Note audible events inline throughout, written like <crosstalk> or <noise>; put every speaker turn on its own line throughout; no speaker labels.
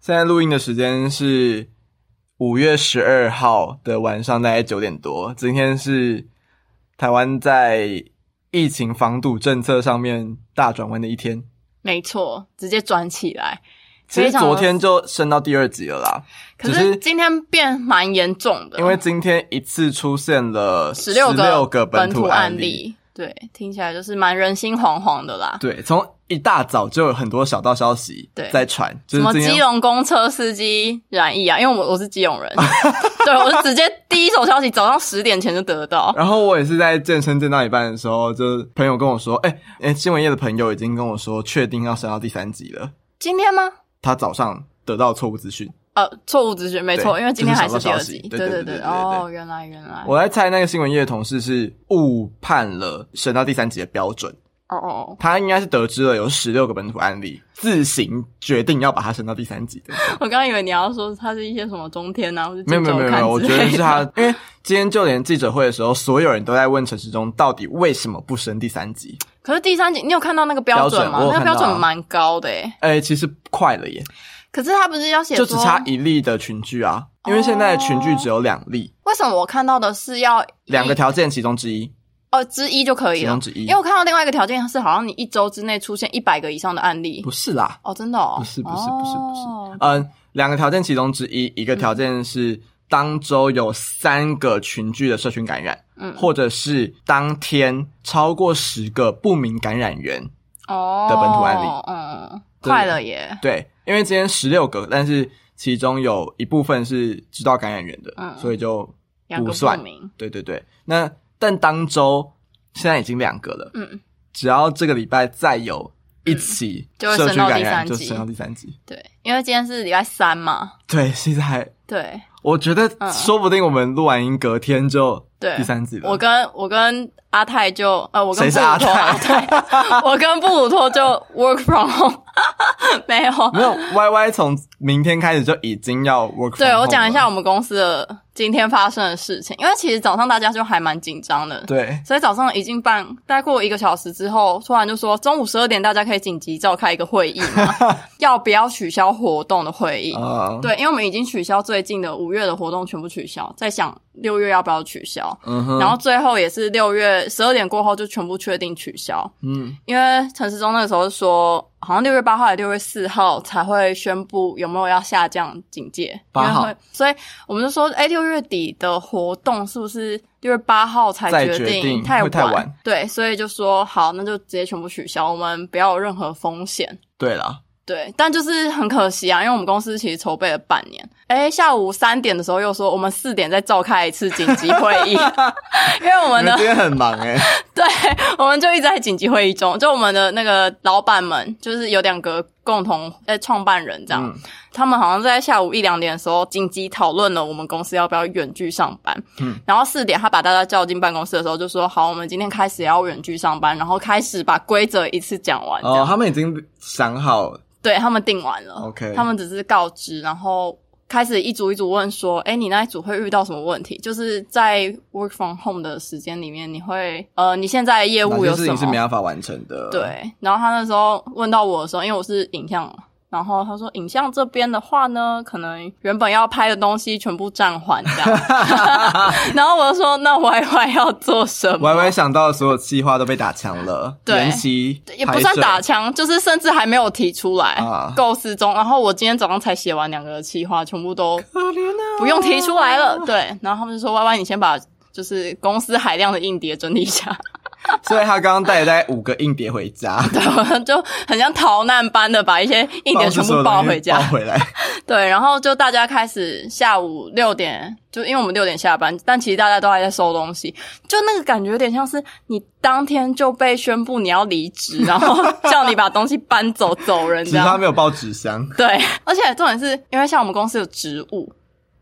现在录音的时间是五月十二号的晚上，大概九点多。今天是台湾在疫情防堵政策上面大转弯的一天。
没错，直接转起来。
其
非
实
常的
昨天就升到第二级了啦，
可
只是
是今天变蛮严重的，
因为今天一次出现了
嗯十六
16
个
个
本
土
案
例。
例，对，听起来就是蛮人心惶惶的啦。
对，从一大早就有很多小道消息
对
在传，就
什
是
么
今天
基隆公车司机染疫啊？因为我我是基隆
<laughs>
人，对我是直接第一手消息，早上十点前就得到。
然后我也是在健身健到一半的时候，就是朋友跟我说，哎、哎、新闻业的朋友已经跟我说，确定要升到第三级了。
今天吗？
他早上得到错误资讯，
呃，错误直觉，没错，
对
因为今天还
这是
第
小
二
道消息
集。
对对
对
对
对，
对对
哦，原来原来，哦
我在猜那个新闻业的同事是误判了升到第三级的标准，
哦哦，
他应该是得知了有十六个本土案例，自行决定要把它升到第三级
<laughs>
的。
我刚刚以为你要说它是一些什么中天啊，或者
没有没有没有没有，我觉得是他，因为今天就连记者会的时候，所有人都在问陈时中到底为什么不升第三级。
可是第三集你有看到那个标准
标
吗？
准我有
那个
看到
标
啊
准蛮高的诶。
哎、其实快了耶，
可是他不是要写
就
说，
只差一例的群聚啊，因为现在的群聚只有两例，
为什么我看到的是要一
两个条件其中之一，
呃之一就可以
其
了
中？之一
因为。我看到另外一个条件是，好像你一周之内出现一百个以上的案例
不。是啦，
哦，真的哦，
不是不是不是不是
哦嗯
嗯，两个条件其中之一，一个条件是当周有三个群聚的社群感染，
嗯
或者是当天超过十个不明感染源。
哦
的本土案例
嗯，
对
快了耶，
对，因为今天十六个，但是其中有一部分是知道感染源的，
嗯
所以就
两个
不算
不。明，
对对对，那但当周现在已经两个了，
嗯，
只要这个礼拜再有一起
就会
社
升
区
到
感
第
染，
三
就
级
升到第三级。
对，因为今天是礼拜三嘛，
对，现在还
对
我觉得
嗯
说不定我们录完音隔天就
对，
第三集了。
我跟我跟阿泰就呃，我
谁
跟布
是
鲁
阿
托，阿
泰
泰 <laughs> 我跟布鲁托就 work from home，没有，
<laughs> 没有 Y Y 从明天开始就已经要 work。
对我讲一下，我们公司的今天发生的事情，因为其实早上大家就还蛮紧张的，
对
所以早上已经办，大概过一个小时之后，突然就说中午十二点大家可以紧急召开一个会议
<laughs>
嘛，要不要取消活动的会议？
啊，
对，因为我们已经取消最近的五月的活动全部取消，在想六月要不要取消，
嗯哼，
然后最后也是六月十二点过后就全部确定取消，
嗯
因为陈时中那个时候说，好像六月八号还是六月四号才会宣布有没有要下降警戒，
八号
因为会，所以我们就说，哎、六月底的活动是不是六月八号才
再
决
决定
太
会太晚
对，所以就说好，那就直接全部取消，我们不要有任何风险。
对了，
对，但就是很可惜啊，因为我们公司其实筹备了半年。哎，下午三点的时候又说我们四点再召开一次紧急会
<laughs>
议，因为我
我
们的
今天很忙
<laughs>
哎，
对，我们就一直在紧急会议中，就我们的那个老板们，就是有两个共同呃创办人这样，
嗯
他们好像在下午一两点的时候紧急讨论了我们公司要不要远距上班。
嗯
然后四点他把大家叫进办公室的时候，就说好，我们今天开始要远距上班，然后开始把规则一次讲完。这样
哦，他们已经想好
对他们定完了
OK
他们只是告知，然后开始一组一组问说，哎，你那一组会遇到什么问题？就是在 work from home 的时间里面，你会呃，你现在的业
哪
务
些
有
事
什
情是没
么？
办法完成的。，
对，然后他那时候问到我的时候，因为我是影像嘛。然后他说，影像这边的话呢，可能原本要拍的东西全部暂缓这
<laughs>
样。 <laughs> 然后我就说，那 Y Y 要做什
Y
么？
Y 想到的所有计划都被打枪了，
对
研习
也不算
拍摄
打枪，就是甚至还没有提出来
啊，
构思中。然后我今天早上才写完两个企划，全部都
可怜啊，
不用提出来了。对，然后他们就说：“Y Y，你先把就是公司海量的硬碟整理一下。 <laughs>
所以他刚刚带了大概五个硬碟回家，”
对，我就很像逃难般的把一些
<laughs>
硬碟全部抱回家
抱。回来。
对，然后就大家开始下午六点，就因为我们六点下班，但其实大家都还在收东西，就那个感觉有点像是你当天就被宣布你要离职，然后叫你把东西搬走走人
只是
这
<laughs>
样。
他没有抱纸箱，
对，而且重点是因为像我们公司有植物，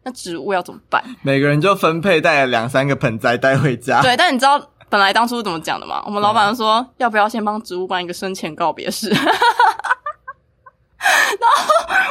那植物要怎么办？
每个人就分配带了两三个盆栽带回家。
对，但你知道本来当初怎么讲的吗？我们老板说要不要先帮植物办一个生前告别式， <laughs> 然后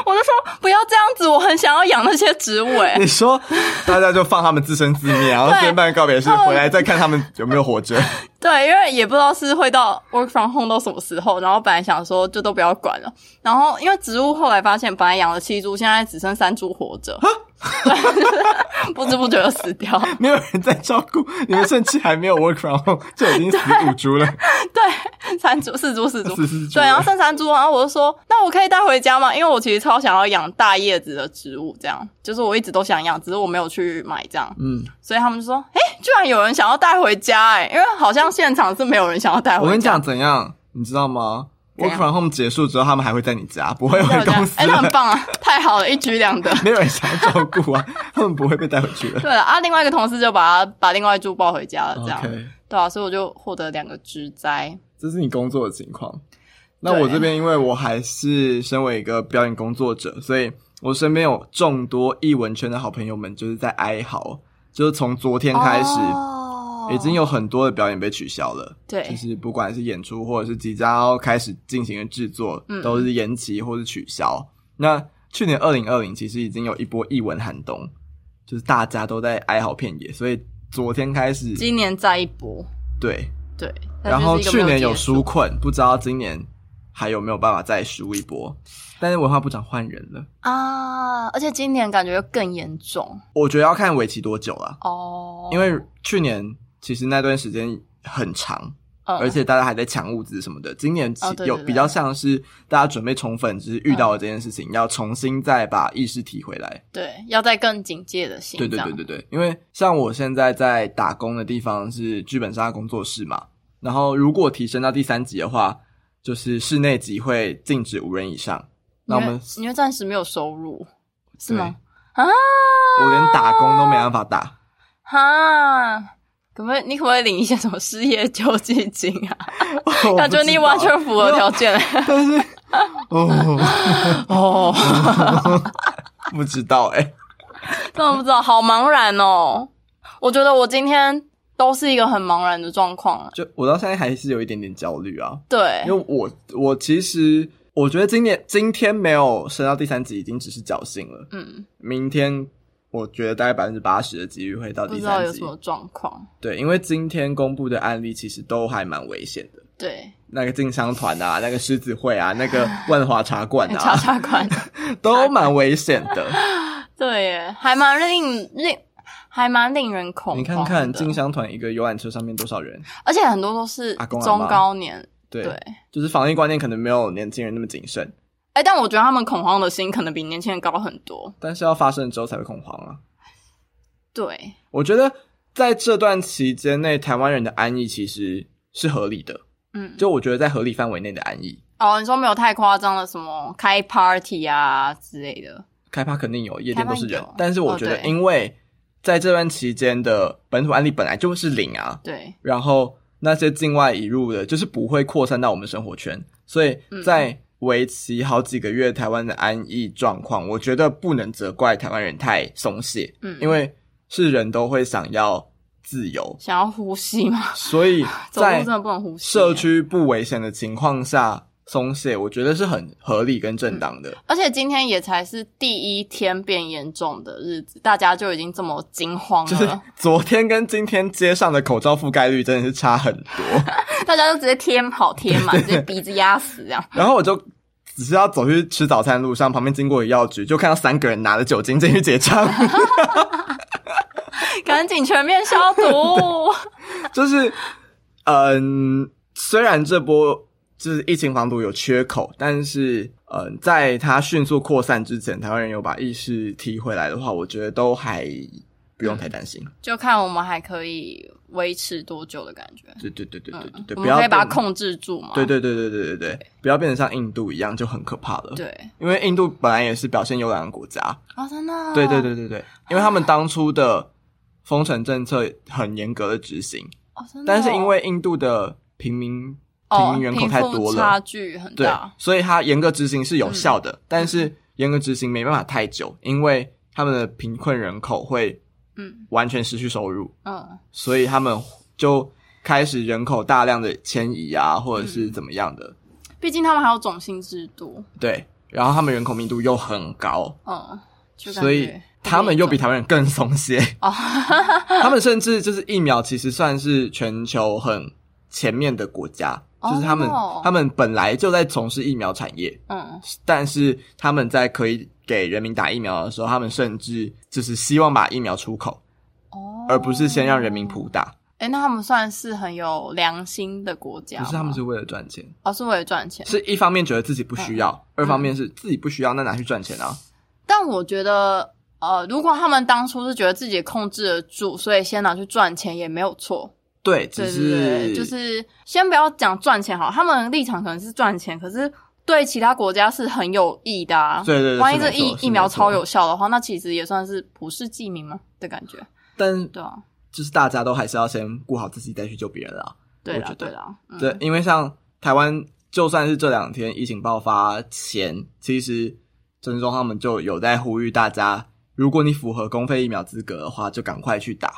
我就说不要这样子，我很想要养那些植物、欸，
你说大家就放他们自生自灭，然后
对
先办告别式，
他们 <laughs>
回来再看他们有没有活着。
对，因为也不知道是会到 work from home 到什么时候，然后本来想说就都不要管了，然后因为植物后来发现，本来养了七株，现在只剩三株活着， <laughs> 不知不觉就死掉。
没有人在照顾，你们甚至还没有 work from home 就已经死五株了，
对，三株、四株、四株，
四四株
对，然后剩三株，然后我就说，那我可以带回家吗？因为我其实超想要养大叶子的植物，这样就是我一直都想养，只是我没有去买这样，
嗯，
所以他们就说，哎、居然有人想要带回家、诶哎，因为好像现场是没有人想要带回家。
我跟你讲怎样，你知道吗
哦怎
？Work
样
from home 结束之后，他们还会在你家，不会
对
回
我这样
公司
哎、那很
的。
棒啊，太好了，一举两得。
没有人想要照顾啊，他们不会被带回去的。
对了啊，另外一个同事就把他把另外一株抱回家了， <laughs> 这样
OK，
对啊，所以我就获得两个植栽。
这是你工作的情况。那
对
我这边，因为我还是身为一个表演工作者，所以我身边有众多艺文圈的好朋友们，就是在哀嚎，就是从昨天开始，
哦
已经有很多的表演被取消了。
对
就是不管是演出或者是即将要开始进行的制作，
嗯
都是延期或是取消。那去年二零二零其实已经有一波艺文寒冬，就是大家都在哀嚎遍野，所以昨天开始，
今年再一波，
对，
对。它
然后
就是一
去
个没
年有
结束
纾困，不知道今年还有没有办法再输一波。但是文化部长换人了，
啊，而且今年感觉更严重
我觉得要看为期多久啦，
哦，
因为去年其实那段时间很长，
嗯
而且大家还在抢物资什么的。今年其
哦对对
有
对
比较像是大家准备重粉，只是遇到了这件事情，要重新再把意识提回来。
对要再更警戒的心，
对对
这样
对对对，因为像我现在在打工的地方是剧本杀工作室嘛，然后如果提升到第三级的话，就是室内集会禁止五人以上。那我
因为
们
因为暂时没有收入是吗？
我连打工都没办法打， <laughs>
哈，可不可以你可不可以领一些什么失业救济金啊？
我
感觉
不知
你
道
完全符合条件
<laughs> 哦，
哦，
不知道哎、
真的不知道，好茫然哦。我觉得我今天都是一个很茫然的状况啊。
就我到现在还是有一点点焦虑啊，
对
因，为我我其实我觉得今年今天没有升到第三级，已经只是侥幸了。
嗯，
明天我觉得大概百分之八十的几率会到
不
第
知道有
三
什
级，
么状况。
对，因为今天公布的案例其实都还蛮危险的。
对，
那个竞商团啊，那个狮子会啊，那个万华茶馆
<laughs> 查
啊，
查看。
都蛮危险的。
对耶，还蛮令令，还蛮令人恐慌
你看看
的
竞商团一个游览车上面多少人？
而且很多都是
阿公阿
中
嬷
高年。
对，
对，
就是防疫观念可能没有年轻人那么谨慎，
哎，但我觉得他们恐慌的心可能比年轻人高很多。
但是要发生之后才会恐慌啊。
对，
我觉得在这段期间内，台湾人的安逸其实是合理的，
嗯，
就我觉得在合理范围内的安逸。
哦，你说没有太夸张的什么开 party 啊之类的。
开趴肯定有，夜店都是
开趴
人
有，
但是我觉
哦
得，
对
因为在这段期间的本土案例本来就是零啊，
对，
然后那些境外引入的，就是不会扩散到我们生活
嗯
圈，所以在为期好几个月台湾的安逸状况，我觉得不能责怪台湾人太松懈，
嗯
因为是人都会想要自由，
想要呼吸吗？
所以
啊走路
在
真的不能呼吸。
社区不危险的情况下松懈，我觉得是很合理跟正当的。
而且今天也才是第一天变严重的日子，大家就已经这么惊慌了，
就是昨天跟今天街上的口罩覆盖率真的是差很多。
大家就直接贴好贴
<laughs>
满，直接鼻子压死这样。
然后我就只是要走去吃早餐路上，旁边经过一个药局，就看到三个人拿着酒精进去结账， <laughs>
赶紧全面消毒。 <laughs>
就是嗯，虽然这波就是疫情防毒有缺口，但是嗯，在它迅速扩散之前，台湾人有把意识提回来的话，我觉得都还不用太担心。
就看我们还可以维持多久的感觉。
对对对对对对对，
嗯我
不
们
要
可以把它
变。
控制住嘛？
对对对对对对对，不要变得像印度一样就很可怕了。
对
因为印度本来也是表现优良的国家，
啊、真的、
对对，对对对，因为他们当初的封城政策很严格的执行，
哦、真的哦
但是因为印度的平民平
哦
民人口太
贫
多
富
了
差，距很
对
大，，嗯
所以它严格执行是有效的，但是严格执行没办法太久，因为他们的贫困人口会
嗯
完全失去收入，
嗯
所以他们就开始人口大量的迁移啊，或者是怎么样的，
毕竟他们还有种姓制度，
对，然后他们人口密度又很高，
嗯，就感觉
所以他们又比
他
台湾人更松懈。
哦， <laughs>
他们甚至就是疫苗，其实算是全球很前面的国家，
哦
就是他们他们本来就在从事疫苗产业，
嗯，
但是他们在可以给人民打疫苗的时候，他们甚至就是希望把疫苗出口，
哦，
而不是先让人民普打。
哎、那他们算是很有良心的国家
不
吗，
是，他们是为了赚钱，
哦，是为了赚钱。
是一方面觉得自己不需要，
嗯
二方面是自己不需要，那拿去赚钱啊。
但我觉得，呃，如果他们当初是觉得自己控制得住，所以先拿去赚钱也没有错。
对，
对
只
对
是
对，就是先不要讲赚钱好了，他们的立场可能是赚钱，可是对其他国家是很有益的啊。
对对对
万一
是
这
没
疫
错是
疫苗
没错
超有效的话，那其实也算是普世济民嘛的感觉。
但
对啊，
就是大家都还是要先顾好自己，再去救别人啊啦。
对
我
啦
觉，得
对啦，嗯
对，因为像台湾，就算是这两天疫情爆发前，其实陈忠他们就有在呼吁大家，如果你符合公费疫苗资格的话，就赶快去打。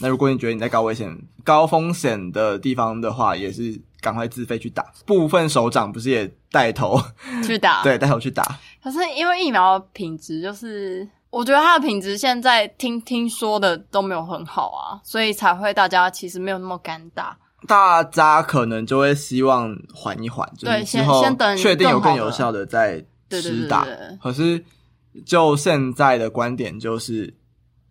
那如果你觉得你在高危险、高风险的地方的话，也是赶快自费去打。部分首长不是也带头，
去
<laughs>
打。
对，带头去打。
可是因为疫苗的品质，就是我觉得它的品质现在听听说的都没有很好啊，所以才会大家其实没有那么敢打。
大家可能就会希望缓一缓，就
对
是之
先
后
先等
确定有
更
更
好的
有效的再
对对
施
对
打
对对。
可是就现在的观点就是，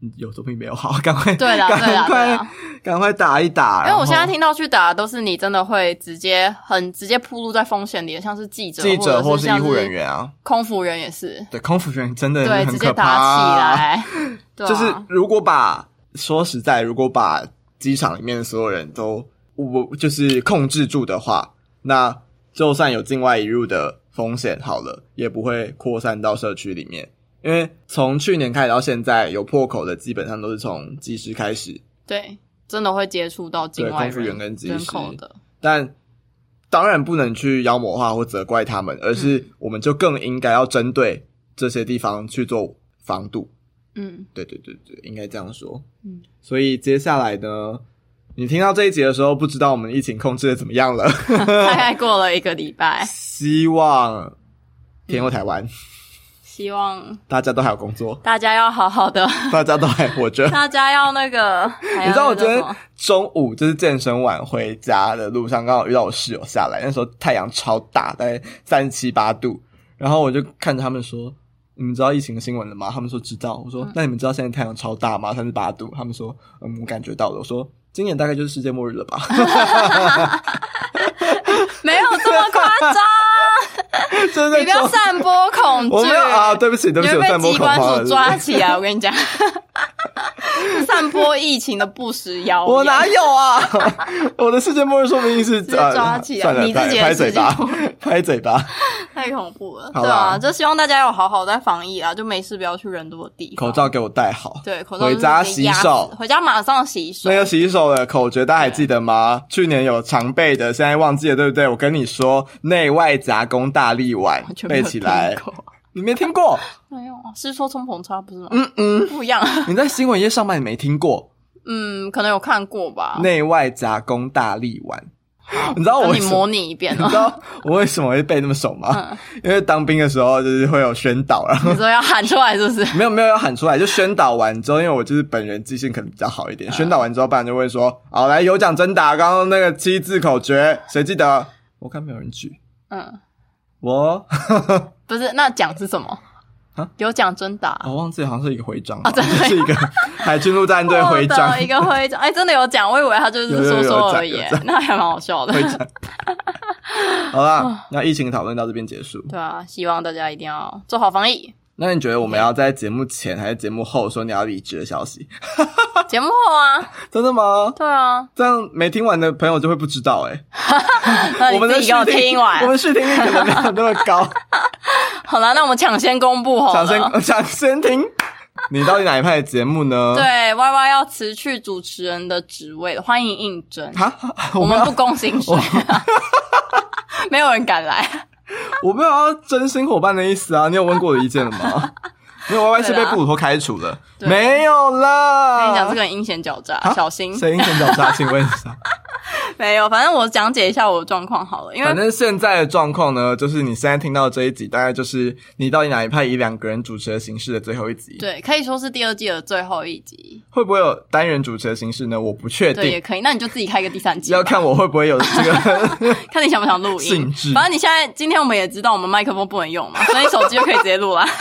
嗯有总比没有好， <laughs> 赶快
对啦对
赶
啦对
快
啦，
赶快打一打。
因为我现在
然后
听到去打的都是你真的会直接很直接铺路在风险里的，像是记者、
记者或
或者
是
是像
医护人、员啊，
空服员也是，
对空服员真的
对，
很
直接
可怕
打起
啊。 <laughs>
来，对啊、
就是如果把说实在，如果把机场里面的所有人都我就是控制住的话，那就算有境外引入的风险好了，也不会扩散到社区里面。因为从去年开始到现在，有破口的基本上都是从技师开始，
对，真的会接触到境
对
外
空服
人
员跟机
人
师
口的，
但当然不能去妖魔化或责怪他们，而是我们就更应该要针对这些地方去做防堵。
嗯，
对对对对，应该这样说。
嗯，
所以接下来呢，你听到这一集的时候，不知道我们疫情控制的怎么样了， <laughs>
大概过了一个礼拜，
希望天佑台湾，
希望
大家都还有工
<laughs>
作，
大家要好好的，
大家都还活着。
<laughs> 大家要那个，
<laughs>
还
你知道
要
我
那个
昨
什
天
么
中午就是健身完回家的路上，刚好遇到我室友下来，那时候太阳超大，大概三十七八度，然后我就看着他们说：“你们知道疫情的新闻了吗？”他们说知道。我说：“
嗯
那你们知道现在太阳超大吗？三十八度。”他们说：“嗯，我感觉到了。”我说：“今年大概就是世界末日了吧？” <laughs>
没有这么
<laughs>
夸张，
真的，
你不要散播恐惧。
我没有啊，对不起，对
你
不起，
会
我散
被
播
机
恐慌
关
了。
署
是
抓
不是
起来，我跟你讲，散播疫情的不实谣言。
<laughs> 我哪有啊？ <laughs> 我的世界末日说不定是啊
接抓起来
算了，
你自己的
拍嘴巴
世界末，
拍嘴巴。
太恐怖了，
好
对
啦
啊，就希望大家有好好在防疫啊，就没事不要去人多的地方。
口，罩给我戴好，
对，口罩
回家
就是
洗
被压死
手。
回家马上洗手
那。个洗手的口诀大家还记得吗？去年有常备的，现在忘记了，对不对？我跟你说，内外夹攻大力丸
完全没
背
有
起来
听，过
你没听过？
没有啊，是说冲捧叉不是吗？嗯嗯，不一样。
你在新闻业上班，你没听过
嗯，可能有看过吧。
内外夹攻大力丸？你知道我
那
为
你
什么
模拟一遍
你 <laughs>
哦
知，道我为什么会背那么熟吗？
嗯
因为当兵的时候就是会有宣导，然后 <laughs>
你说要喊出来是不是？
没有没有要喊出来，就宣导完之后，因为我就是本人记性可能比较好一
嗯
点，宣导完之后，班长就会说：“好，来有奖征答，刚刚那个七字口诀，谁记得？”我看没有人举，
嗯， <laughs>
我
不是，那奖是什么
啊？
有奖真答。
我忘记好像是一个徽章吧，
哦真的
就是一
<laughs>
个海军陆战队徽章
我的，一个徽章，哎，真的有讲，我以为他就是
有有有
说说而已
有，
那还蛮好笑的。
好
哦
啦，那疫情讨论到这边结束。
对啊，希望大家一定要做好防疫。
那你觉得我
嗯
们要在节目前还是节目后说你要离职的消息？ <laughs>
节目后啊，
真的吗？
对啊，
这样没听完的朋友就会不知道哎、欸
那
我
你
们的
自己给我
试
听
<laughs>
完
我。们试听率可能没有那么高，
好啦，那我们抢先公布 <laughs> 好
想先 <laughs>
了。
想先听。你到底哪一派的节目呢？，
对，Y Y 要辞去主持人的职位了，欢迎应征。
哈， <laughs>
我
我没
们不
有，
供薪水，没有人敢来。
我没有要真心伙伴的意思啊！你有问过我的意见了
<laughs>
吗？没有，Y Y 是被布鲁托开除的，
对
没有啦。
跟你讲，这个很阴险狡诈，小心。
谁阴险狡诈？请问一下，
没有，反正我讲解一下我的状况好了，因为
反正现在的状况呢，就是你现在听到这一集，大概就是你到底哪一派以两个人主持的形式的最后一集。
对，可以说是第二季的最后一集，
会不会有单人主持的形式呢？我不确
对，也
定，
可以。那你就自己开个第三季吧，
呃要看我会不会有这个
看你想不想录音。
兴致。
反正你现在今天我们也知道我们麦克风不能用嘛，所以手机就可以直接录啦。 <laughs>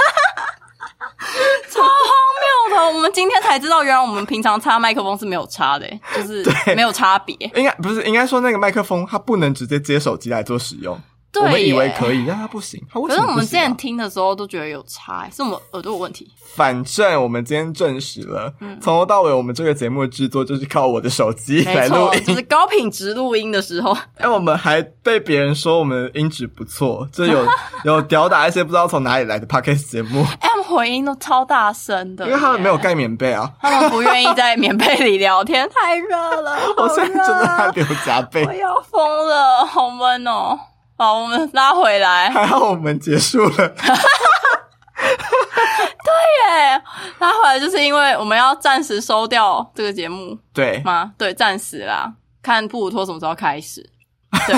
超荒谬的！我们今天才知道，原来我们平常插麦克风是没有插的、欸就是没有差别。
应该不是，应该说那个麦克风它不能直接接手机来做使用。
对
我们以为
耶
可以，但它不行。它为
可
什
是
么
我
不
们之
行啊
前听的时候都觉得有差、欸是我们耳朵有问题。
反正我们今天证实了，从、头到尾我们这个节目制作就是靠我的手机 <laughs> 来
嗯没
录
错，就
音。
是高品质录音的时候，
哎、我们还被别人说我们音质不错，就
<laughs>
有有吊打一些不知道从哪里来的 podcast 节目，
哎、他们回音都超大声的，
因为他们没有，盖棉被啊。
他们不愿意在棉被里聊天，太热了，
<laughs> 我
好
现在
热啊
真的汗流浃
<laughs> 我
背。
要疯了，好闷哦。好，我们拉回来， <laughs>
还好我们结束了，
耶，拉回来就是因为我们要暂时收掉这个节目
对，
吗？对，暂时啦，看布鲁托什么时候开始。
<laughs>
对，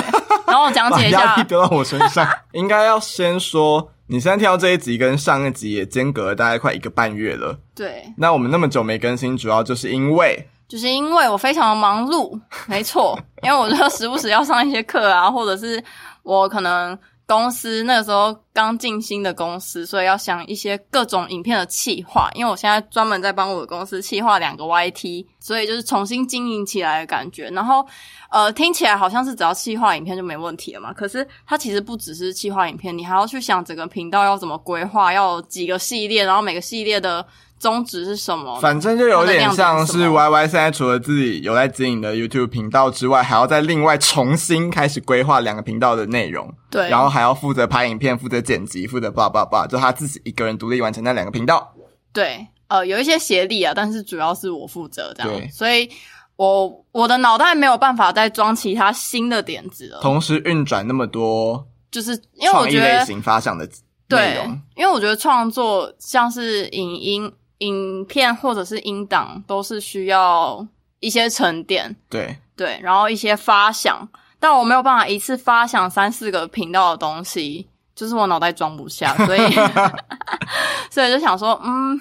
然后我讲
把
解一
压
下
力，丢到我身上。应该要先说，你现在听到这一集跟上一集也间隔了大概快一个半月了。
对，
那我们那么久没更新，主要就是因为
就是因为我非常忙碌，没错，因为我就时不时要上一些课啊，或者是我可能公司那个时候刚进新的公司，所以要想一些各种影片的企划，因为我现在专门在帮我的公司企划两个 YT，所以就是重新经营起来的感觉。然后呃，听起来好像是只要企划影片就没问题了嘛，可是它其实不只是企划影片，你还要去想整个频道要怎么规划，要有几个系列，然后每个系列的宗旨是什么，
反正就有点像
它的
是
亮
Y Y 现在除了自己有在经营的 YouTube 频道之外，还要再另外重新开始规划两个频道的内容，
对，
然后还要负责拍影片、负责剪辑、负责 blah blah blah，就他自己一个人独立完成那两个频道。
对，呃，有一些协力啊，但是主要是我负责这
对
样，所以我我的脑袋没有办法再装其他新的点子了，
同时运转那么多
就是因为我
创意
觉
类
得
型发想的内
对
容，，
因为我觉得创作像是影音、影片或者是音档，都是需要一些沉淀，
对，
对，然后一些发想，但我没有办法一次发想三四个频道的东西，就是我脑袋装不下，所以 <laughs> 所以就想说，嗯，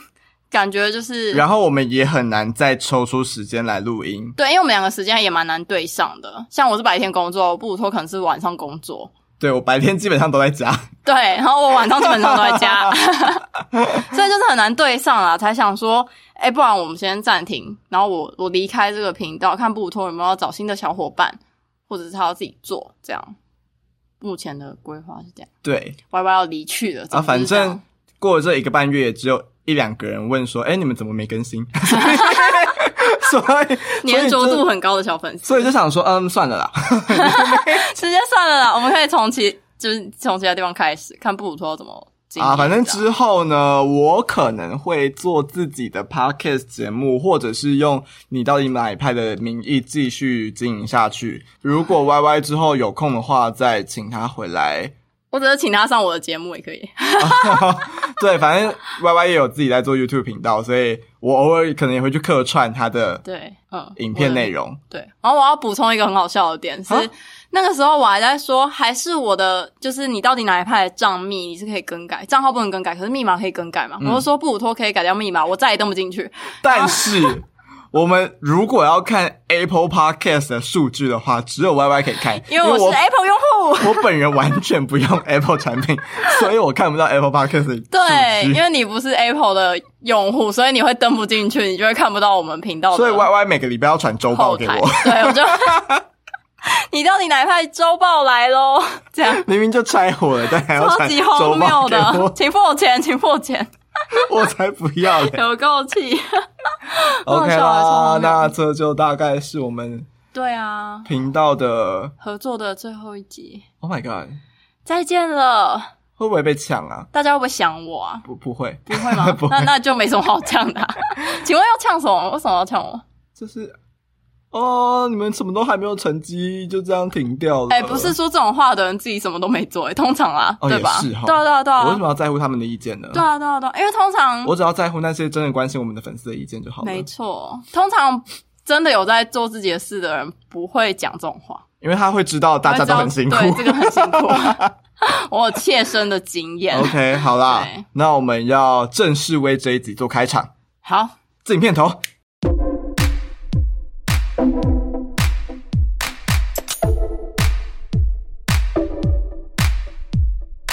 感觉 <laughs> 就是
然后我们也很难再抽出时间来录音。
对，因为我们两个时间也蛮难对上的。像我是白天工作，布鲁托可能是晚上工作。
对我白天基本上都在家， <laughs>
对，然后我晚上基本上都在家， <laughs> 所以就是很难对上啦。才想说，哎、不然我们先暂停，然后我我离开这个频道，看布鲁托有没有要找新的小伙伴，或者是他要自己做这样。目前的规划是这样
对
，Y Y 要离去了
啊，反
总之是这样
正过了这一个半月，只有一两个人问说：“哎，你们怎么没更新？” <laughs> 所以
粘着度
很。
很高的小粉丝，
所以就想说，嗯，算了啦。
直接算了啦，我们可以从其就是从其他地方开始看布鲁托怎么经营
啊，反正
这样
之后呢，我可能会做自己的 podcast 节目，或者是用你到底哪一派的名义继续经营下去。如果 Y Y 之后有空的话，再请他回来。
我只是请他上我的节目也可以。 <laughs>
对，反正 Y Y 也有自己在做 YouTube 频道，所以我偶尔可能也会去客串他的
对，嗯，
影片内
容。
容。
对，然后我要补充一个很好笑的点是
啊，
那个时候我还在说，还是我的，就是你到底哪一派的账密你是可以更改，账号不能更改，可是密码可以更改嘛？
嗯
我就说布鲁托可以改掉密码，我再也登不进去。
但是。我们如果要看 Apple Podcast 的数据的话，只有 Y Y 可以看，
因为我是 Apple 用户。
我本人完全不用 Apple 产品，所以我看不到 Apple Podcast 的数据
对，因为你不是 Apple 的用户，所以你会登不进去，你就会看不到我们频道的
所以 Y Y 每个礼拜要传周报
后
给
台
我，。
对，我就 <laughs> 你到底哪一派周报来喽？这样
明明就拆伙了，但还要
超
传
级
周
荒
报
谬
给
的，
我，
<laughs> 请付我钱，请付我钱。
我才不要嘞。
有够气。 <laughs> 好
OK
笑啊超
啦
荒，谬
那这就大概是我们
对啊，
频道的。
合作的最后一集，
Oh my god，
再见了！
会不会被抢啊？
大家会不会想我啊？
不，不会，
不会
<laughs>
吗？
不会
那那就没什么好呛
<laughs>
的啊、请问要呛什么？为什么要呛我？
就是哦，你们什么都还没有成绩，就这样停掉了。
哎、不是，说这种话的人自己什么都没做、哎，通常啦，
呃哦
对吧？
也是哈
对啊，对啊，对啊，
我为什么要在乎他们的意见呢？
对啊，对啊，对啊，因为通常
我只要在乎那些真的关心我们的粉丝的意见就好了。
没错，通常真的有在做自己的事的人不会讲这种话，
因为他会知道大家都很辛苦。
对，这个很辛苦， <laughs> 我有切身的经验。
OK，好啦
对，
那我们要正式为这一集做开场，
好，
自影片头。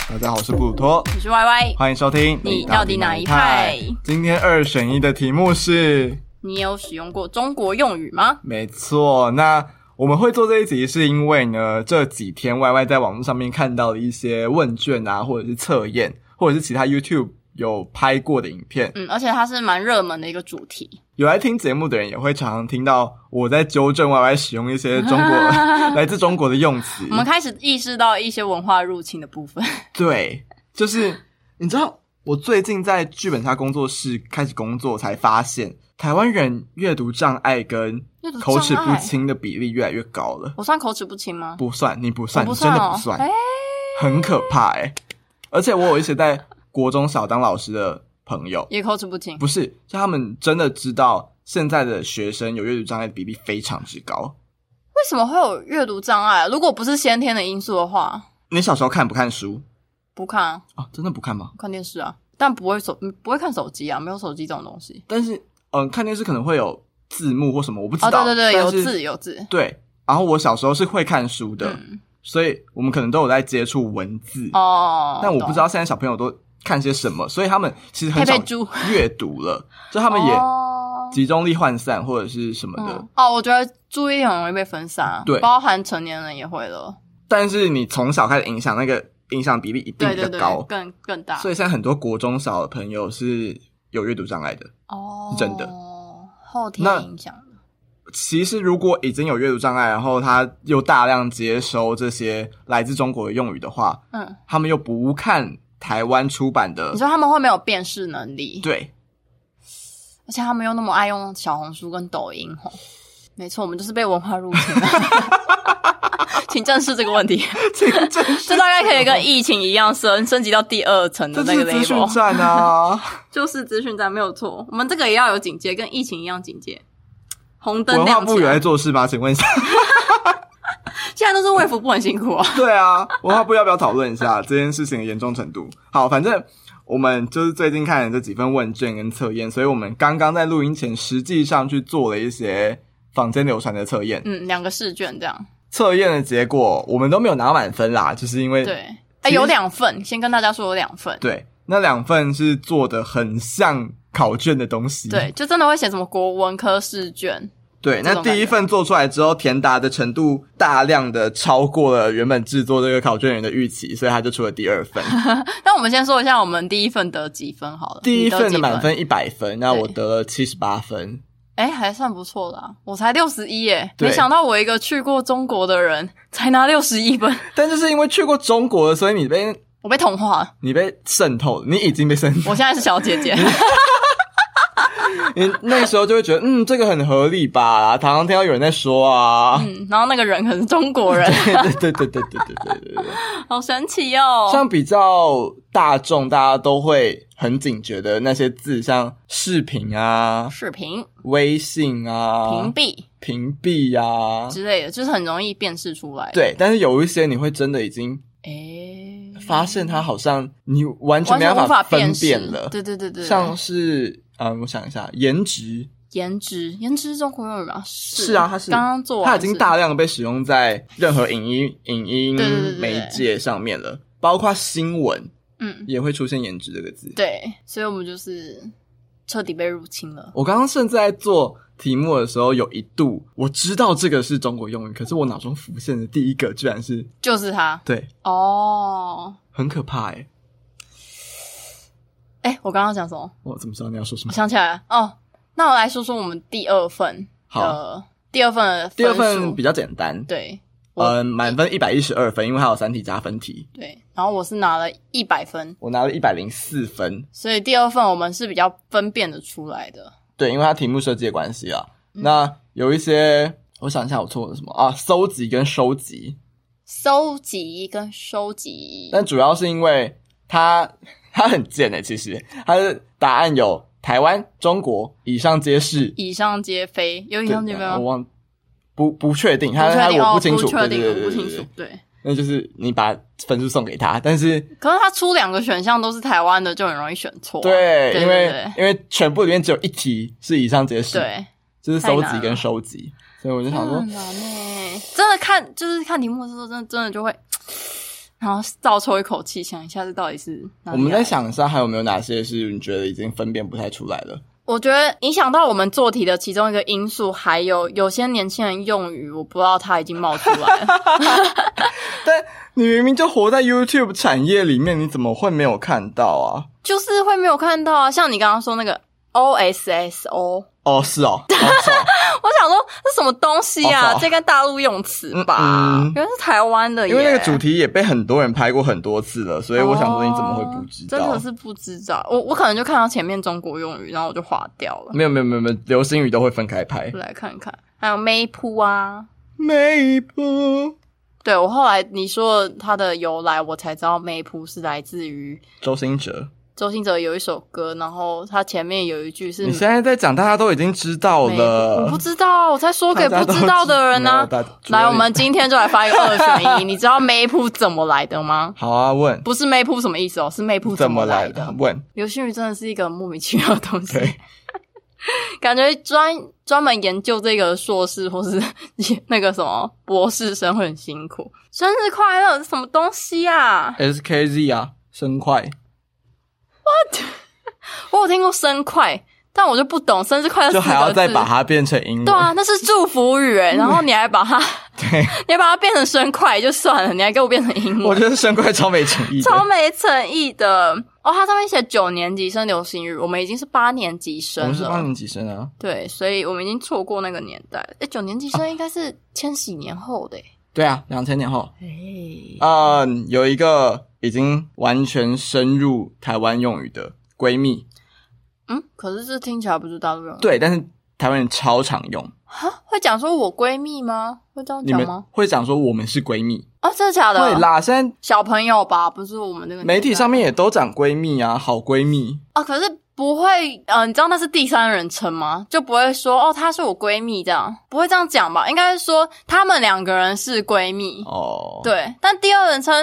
大家好，我是布鲁托，
我是 Y Y，
欢迎收听。
你到底哪一派？
今天二选一的题目是，
你有使用过中国用语吗？
没错。那我们会做这一集，是因为呢，这几天 Y Y 在网络上面看到的一些问卷啊，或者是测验，或者是其他 YouTube 有拍过的影片，
嗯，而且它是蛮热门的一个主题。
有来听节目的人也会常常听到我在纠正 Y Y 使用一些中
<laughs>
国来自中国的用词。
我们开始意识到一些文化入侵的部
<laughs>
分。
对，就是你知道，我最近在剧本杀工作室开始工作，才发现台湾人阅读障碍跟
阅读障碍
口齿不清的比例越来越高了。
我算口齿不清吗？
不算，你不算，你
我不
真
算
的
哦
不，算，
哎、
很可怕哎、而且我有一些在国中小当老师的朋友，
也口齿不清。
不是，是他们真的知道现在的学生有阅读障碍的比例非常之高。
为什么会有阅读障碍？啊如果不是先天的因素的话，
你小时候看不看书
不看、啊，
啊？真的不看吗？
看电视啊，但不会手嗯不会看手机啊，没有手机这种东西。
但是，嗯，看电视可能会有字幕或什么，我不知
哦，
道。
对对对，有
但是
字有字。
对，然后我小时候是会看书的，
嗯
所以我们可能都有在接触文字，
哦，
但我不知
懂。
道现在小朋友都看些什么，所以他们其实很少
佩佩猪
阅读
<laughs>
了，就他们也
哦
集中力涣散或者是什么的。
嗯哦，我觉得注意力很容易被分散，
对
包含成年人也会了，
但是你从小开始影响那个影响比例一定
对
比较
对对
高，，
更更大，
所以现在很多国中小的朋友是有阅读障碍的。
哦，
是真的
后天
那
影响，
其实，如果已经有阅读障碍，然后他又大量接收这些来自中国的用语的话，
嗯，
他们又不看台湾出版的
你，说他们会没有辨识能力，
对，
而且他们又那么爱用小红书跟抖音，
<laughs>
吼，没错，我们就是被文化入侵了。
<laughs>
请正视这个问题，
这个这
这大概可以跟疫情一样升升级到第二层的
这
那
是
个
资讯
level，
站啊，
就是资讯站没有错。我们这个也要有警戒，跟疫情一样警戒，
<laughs>
红灯
文化
亮
部
起
有在
来。
做事吗？请问一下，
现在都是卫福部很辛苦啊，
<laughs> 对啊，文化部要不要讨论一下这件事情的严重程度？好，反正。我们就是最近看了这几份问卷跟测验，所以我们刚刚在录音前实际上去做了一些坊间流传的测验。
嗯，两个试卷这样，
测验的结果我们都没有拿满分啦，就是因为
对，
其
哎，
实
有两份，先跟大家说有两份，
对，那两份是做的很像考卷的东西。
对，就真的会写什么国文科试卷， <laughs>
对，
这
那
种
第一
感觉
份做出来之后，填答的程度大量的超过了原本制作这个考卷人的预期，所以他就出了第二份。
那我们先说一下我们第一份得几分好了。
第一
你得
份
几
的满
分
分一百分，那
对
我得了七十八分。
哎、还算不错啦，我才六十一耶！
对
没想到我一个去过中国的人，才拿六十一分， <laughs>
但就是因为去过中国了，所以你被
我被同化了。
你被渗透了，你已经被渗透
我，现在是小
<laughs>
姐姐， <laughs>
你那时候就会觉得，嗯，这个很合理吧？常常听到有人在说啊，
嗯，然后那个人可能是中国
<laughs>
人，
对 <laughs> 对对对对对对对对对。
好神奇哦！
像比较大众，大家都会很警觉的那些字，像视频啊、
视频、
微信啊
屏、蔽
屏蔽呀、啊，
之类的，就是很容易辨识出来。，
对。但是有一些你会真的已经
哎、
发现它好像你完全
完
没
全
办
无
法
法
分
识
辨了，
对对对对，
像是嗯，我想一下，颜值，
颜值，颜值是中国用语吗？是
是啊它是
刚刚做完
它已经
是
大量的被使用在任何影音影音
对对对对对
媒介上面了，包括新闻
嗯，
也会出现颜值这个字。
对，所以我们就是彻底被入侵了。
我刚刚甚至在做题目的时候，有一度我知道这个是中国用语，可是我脑中浮现的第一个居然是
就是他
对，
哦，
很可怕哎、
哎、我刚刚讲什么？
我怎么知道你要说什
<laughs> 我
么？
想起来了哦，那我来说说我们第二份
好
的第二份的
第二
分数
份比较简单，
对我
嗯，满分一百一十二分，因为还有三题加分题，
对，然后我是拿了一百分，
我拿了一百零四分。
所以第二份我们是比较分辨的出来的。
对，因为它题目设计的关系啊。
嗯
那有一些，我想一下，我错了什么啊？搜集跟收集，
搜集跟收集，
欸但主要是因为它它很贱哎、其实它的答案有台湾、中国，以上皆是。
以上皆非，有以
对
上皆非吗
我？忘不不确定，
不
他
确
他
定
我
哦，
清楚，
确
对
定，
对
我
对
不
对
清
对
楚
对，
对。
那就是你把分数送给他，但是
可是他出两个选项都是台湾的，就很容易选错啊、
对，
对
因
对
为因为全部里面只有一题是以上皆是，
对，对
就是
太
收
难
集
了
跟收集，所以我就想说
很，难欸真的看就是看题目的时候，真的真的就会，然后倒抽一口气，想一下这到底是哪
我
里
们
来
在
的
想一下还有没有哪些是你觉得已经分辨不太出来了？
我觉得影响到我们做题的其中一个因素，还有有些年轻人用语，我不知道他已经冒出来
<laughs>
了。
<laughs> 但你明明就活在 YouTube 产业里面，你怎么会没有看到啊？
就是会没有看到啊，像你刚刚说那个 O S S O，我
哦，是哦，哦
<laughs>
是哦
想说这什么东西
好
啊？
少
这跟大陆用词吧
嗯嗯，
原来是台湾的耶，
因为那个主题也被很多人拍过很多次了，所以我想说你怎么会不知
哦真
道？
的是不知道，我我可能就看到前面中国用语，然后我就划掉了。
没有没有没有没有，流星雨都会分开拍
我。来看看，还有 Maple 啊，
没不，
对我后来你说的它的由来，我才知道 Maple 是来自于
周星哲，
周兴哲有一首歌，然后它前面有一句是
你现在在讲，大家都已经知道
Maple，我不
<laughs> 了。
知道，我才说给不知道的人呢、啊
大家都知没有大
来，我们今天就来发一个二选一，你知道 Maple 怎么来的吗？
好啊，问
不是 Maple 什么意思哦，是 Maple
怎么
么
来
的
的？。问
流星雨真的是一个莫名其妙的东西。
对，
感觉专专门研究这个硕士或是 <laughs> 那个什么博士生会很辛苦。生日快乐，什么东西啊？
SKZ 啊，生快
我有听过生快，但我就不懂生日快乐
就
四个
还要再
字
把它变成英文。
对啊，那是祝福语诶，然后你还把它，
<laughs> 对，
你还把它变成生快就算了，你还给我变成英
我
文，
觉得生快超没诚意的。
超没诚意的。哦，它上面写九年级生流行语，我们已经是八年级
我
生
们是八
了，
年级生啊，
对，所以我们已经错过那个年代。诶，九年级生应该是千禧年后的诶。欸
对啊，两千年后，
哎
嗯，有一个已经完全深入台湾用语的闺蜜，
嗯，可是这听起来不是大陆人，
对，但是台湾人超常用，
哈，会讲说我闺蜜吗？会这样
你
讲
们
吗？
会讲说我们是闺蜜，
啊，真的假的？
会啦，现在
小朋友吧，不是我们这个
媒体上
年
面也都讲闺蜜啊，好闺蜜，
代啊，可是不会，呃，你知道那是第三人称吗？就不会说哦，她是我闺蜜这样，不会这样讲吧？应该是说她们两个人是闺蜜，
哦，，
对。但第二人称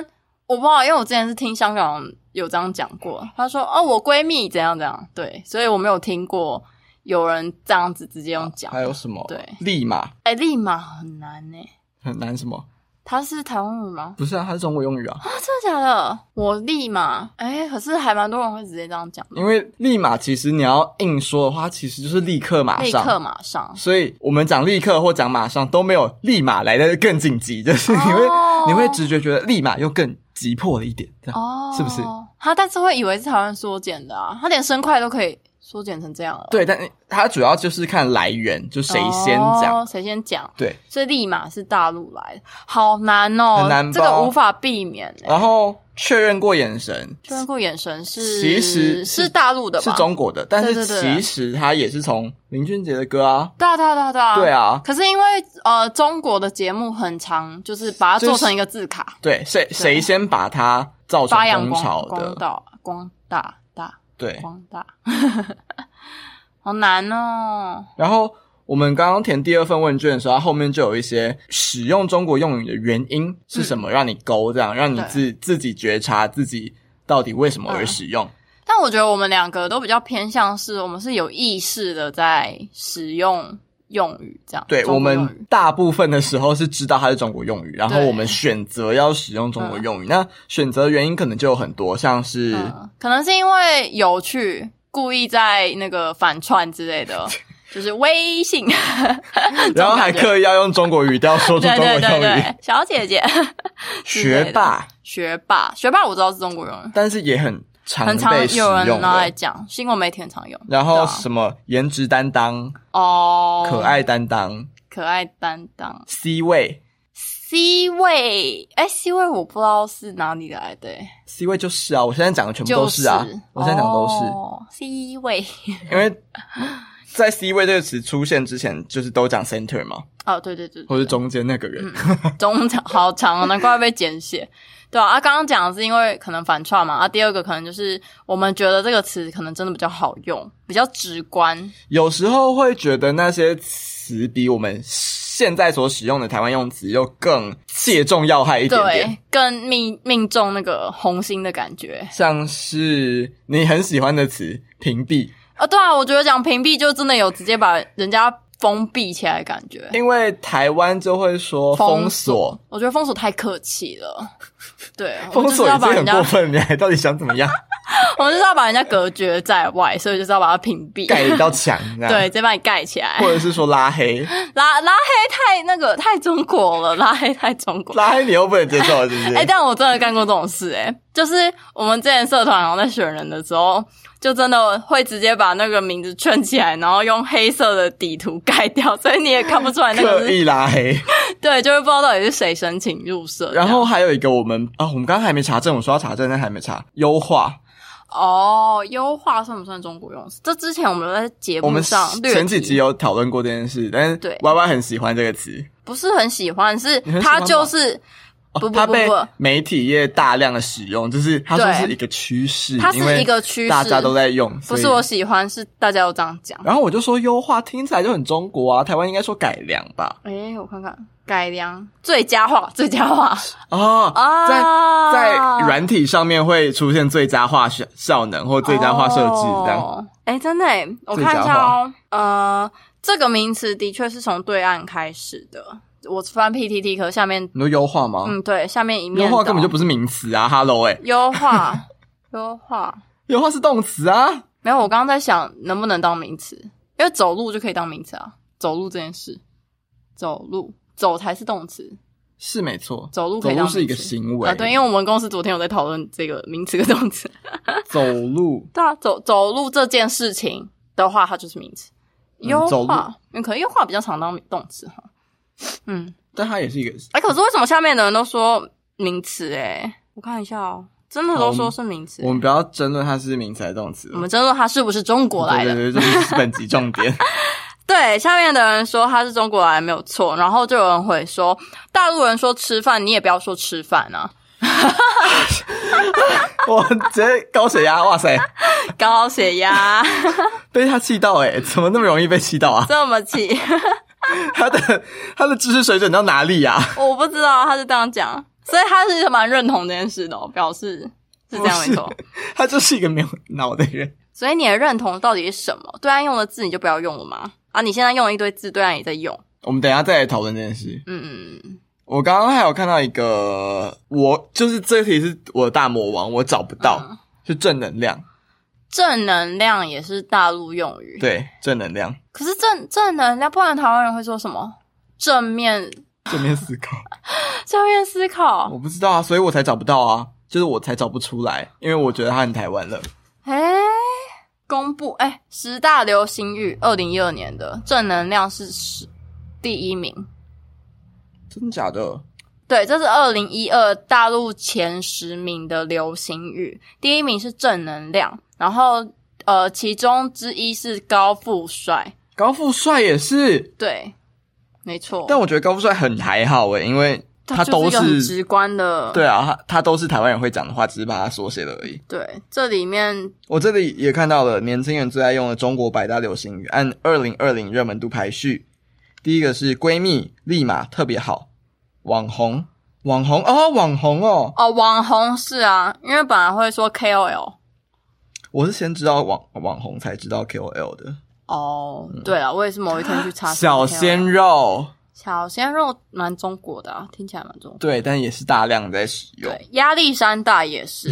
我不知道，因为我之前是听香港人有这样讲过，她说哦，我闺蜜怎样怎样，对，所以我没有听过有人这样子直接用讲。
啊还有什么？
对
立马
哎、立马很难欸呢、
很难什么？
他是台湾语吗？
不是啊，它是中国用语啊，
啊，真的假的？我立马哎、可是还蛮多人会直接这样讲的，
因为立马其实你要硬说的话，它其实就是立刻马
立
上，
刻马上。
所以我们讲立刻或讲马上都没有立马来的更紧急， <laughs> 就是你会、
哦
你会直觉觉得立马又更急迫了一点，这样
哦，
是不是？
他但是会以为是台湾缩减的啊，他连生快都可以缩减成这样了。
对，但它主要就是看来源，就谁先讲，
哦谁先讲，
对。
所以立马是大陆来的，好难哦，
很难吧哦
这个无法避免、欸。
然后确认过眼神
确认过眼神是，
其实是
是大陆的吧？
是中国的，但
对
是
对对
其实它也是从林俊杰的歌啊，
对啊，对啊，对啊，对啊。
对啊，
可是因为呃，中国的节目很长，就是把它
就是
做成一个字卡，
对，谁谁先把它造成
发扬
风
光
潮
光
的，哎
大光大大
对。
光大， <laughs> 好难哦。
然后我们刚刚填第二份问卷的时候，它后面就有一些使用中国用语的原因是什么，让你勾这样，让你
对嗯
自自己觉察自己到底为什么而使用。
但我觉得我们两个都比较偏向是，我们是有意识的在使用用语，这样
对
中
我
国用
们
语
大部分的时候是知道它是中国用语，然后
对
我们选择要使用中国用语。那选择原因可能就有很多，像是、
嗯，可能是因为有趣，故意在那个反串之
<laughs>
类的，就是微信，
然后还刻意要用中国语调说出
对
中国
对对
用语，
对，小姐姐，
学霸，
学霸，学霸，我知道是中国人，
但是也很常
很常
被使
有人
用
拿
的。
来讲，新闻媒体很常用。
然
对
后
啊
什么颜值担当、
哦，
可爱担当、
可爱担当
C 位
，C 位，哎，C 位我不知道是哪里来的，哎
，C 位就是啊，我现在讲的全部都
就是
啊，我现在讲的都是，
哦 C 位，
因为在 C 位这个词出现之前，就是都讲 center 嘛，
哦，对对对，对
或是中间那个人，
中长好长啊，难怪会被简写。 <laughs> 对啊，啊刚刚讲的是因为可能反串嘛，啊，第二个可能就是我们觉得这个词可能真的比较好用，比较直观，
<laughs> 有时候会觉得那些词比我们现在所使用的台湾用词又更切中要害一点点。
对，更命命中那个红心的感觉。
像是你很喜欢的词“屏蔽
啊，对啊，我觉得讲屏蔽就真的有直接把人家封闭起来的感觉”，。
因为台湾就会说封锁，
我觉得封锁太客气了。对，我
封
们就是
锁已
要
经
把人
很
家
过，分，你还到底想怎么
<laughs>
样？
我们就是要把人家隔绝在外，所以就是要把它屏蔽，
盖一道墙，这样
对，，直接把你盖起来
或。者是说拉黑，
拉拉黑太那个太中国了，拉黑太中国。
拉黑你又不能接受，是不是？
哎、但我真的干过这种事、哎，就是我们之前社团然后在选人的时候，就真的会直接把那个名字圈起来，然后用黑色的底图盖掉，所以你也看不出来那
<laughs>
个
刻
是
意拉黑。
对，就是不知道到底是谁申请入社这
<laughs>
样。
然后还有一个我们啊，我们刚刚还没查证，我说要查证，但还没查优化。
嗯哦，优化算不算中国用词？这之前我们在节
我
目
们
上略
前几
提
集有讨论过这件事，但是
对
Y Y 很喜欢这个词，
不是很喜欢，是
你很喜欢
它
吗
就是
哦
不不
它
不
被
不
媒体业大量的使用，就是它说
对
是一个趋势，
它
嗯因为
是一个趋势，
大家都在用，
不
所以
是我。喜欢，是大家都这样讲。
然后我就说优化听起来就很中国啊，台湾应该说改良吧？
哎、我看看改良最佳化，最佳化
哦，
啊，
在在软体上面会出现最佳化效效能或最佳化设置这样。
哦哎、真的、哎，我看一下哦。呃，这个名词的确是从对岸开始的。我翻 PTT 可下面，
你说优化吗？
嗯，对，下面一
哦优
面
化根本就
倒
不是名词啊，Hello 哎、
优化，优化。
优化是动词啊。
没有，我刚刚在想能不能当名词，因为走路就可以当名词啊。走路这件事，走路走才是动词
是没错，
走路可
走
以当
路
名词
是一个行为
啊。对，因为我们公司昨天有在讨论这个名词跟动词。 <laughs>
走路
对啊，走走路这件事情的话，它就是名词。
嗯
优
走路
化，嗯，可能优化比较常当动词哈。嗯，
但它也是一个
哎、可是为什么下面的人都说名词、哎，我看一下哦，真的
好
都
我们
说是名词、
我们不要争论它是名词还是动词了。
我们争论它是不是中国来的。
对对对，这是本集重
<laughs>
点。
对，下面的人说他是中国来没有错，然后就有人回说，大陆人说吃饭，你也不要说吃饭 <laughs> 啊，
我直接高血压，哇塞，
高血 <laughs> 压
被他气到哎、怎么那么容易被气到
<laughs>
啊？
这么气，
他的他的知识水准到哪里呀、啊？
我不知道他是这样讲，所以他是蛮认同这件事的、哦，表示哦是这样没错
不。他就是一个没有脑的人。
所以你的认同到底是什么？对岸用的字你就不要用了吗？啊，你现在用了一堆字，对岸也在用，
我们等一下再来讨论这件事。
嗯，嗯嗯
我刚刚还有看到一个，我就是这题是我的大魔王，我找不到，
嗯
是正能量，
正能量也是大陆用语，
对，正能量，
可是正正能量，不然台湾人会说什么？正面
正面思考。
正面思考，
我不知道啊，所以我才找不到啊，就是我才找不出来，因为我觉得它很台湾了。
哎，公布哎，十大流行语，二零一二年的正能量是十第一名。
真的假的？
对，这是二零一二大陆前十名的流行语，第一名是正能量，然后呃，其中之一是高富帅，
高富帅也是，
对，没错，
但我觉得高富帅很还好诶、因为他
它就
都
是一个很
是
直观的，
对啊，他他都是台湾人会讲的话，只是把它缩写了而已。
对，这里面
我这里也看到了年轻人最爱用的中国百大流行语，按二零二零热门度排序，第一个是闺蜜，立马特别好，网红，网红哦，网红哦，
哦，网红是啊，因为本来会说 KOL。
我是先知道网网红才知道 KOL 的
哦、对了，我也是某一天去查
小
KOL
鲜肉，
小鲜肉蛮中国的、啊，听起来蛮中国。
对，但也是大量在使用。
对，压力山大也
<laughs>
是，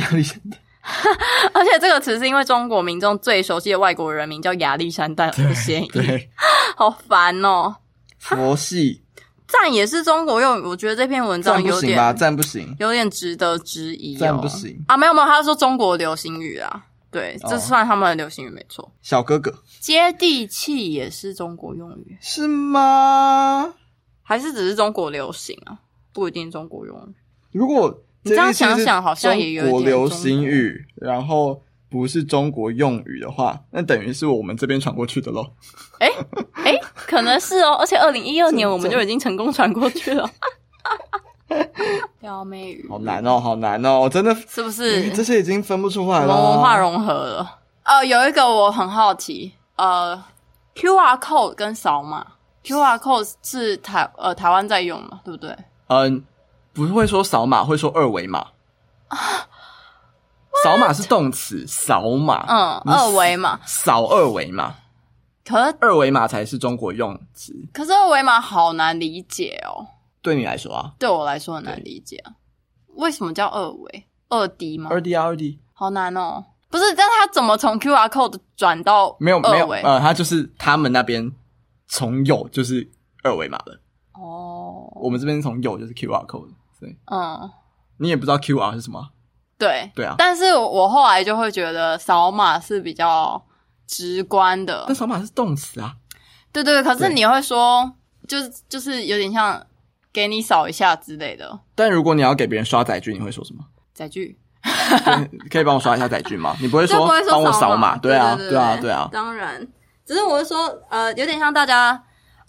而且这个词是因为中国民众最熟悉的外国人名叫亚历山大的谐音，
对，
好烦哦。
佛系
赞也是中国用语，我觉得啊这篇文章
赞不
有
行吧？
点
赞不行，
有点值得质疑、哦。
赞不行
啊，没有没有，他说中国流行语啊，对，
哦
这算他们的流行语没错。
小哥哥
接地气也是中国用语，
是吗？
还是只是中国流行啊？不一定中国用语。
如果
你这样想想好像也有
中
一点
国流行语，然后不是中国用语的话，那等于是我们这边传过去的喽。 <laughs>
哎、可能是哦，而且二零一二年我们
这
就已经成功传过去了。撩妹语
好难哦，好难哦，我真的
是不是
这些已经分不出来了
我们
啊。
文化融合了？呃，有一个我很好奇，呃，QR code 跟扫码，QR code 是台呃台湾在用嘛，对不对？
嗯，不会说扫码，会说二维码。
啊
扫码是动词，扫码。
嗯，
你
二维码。
扫二维码，
可是
二维码才是中国用词。
可是二维码好难理解哦，
对你来说啊，
对我来说很难理解啊。为什么叫二维？二 D 吗？
二 D 啊，二 D
好难哦。不是，但他怎么从 QR code 转到
没有没
二
有，
维？
呃，它就是他们那边从有就是二维码的，
哦，
我们这边从有就是 QR code，所以
嗯，
你也不知道 QR 是什么啊。
对。
对啊，
但是我后来就会觉得扫码是比较直观的
但，扫码是动词啊。
对对。对可是
对
你会说，就是就是有点像给你扫一下之类的
但如果你要给别人刷载具，你会说什
<laughs>
么？
载具，
对可以帮我刷一下载具吗？你不会
就
说
不会说
帮我
扫
扫码？
对
啊，
对
对啊，对啊。
当然，只是我是说，呃，有点像大家，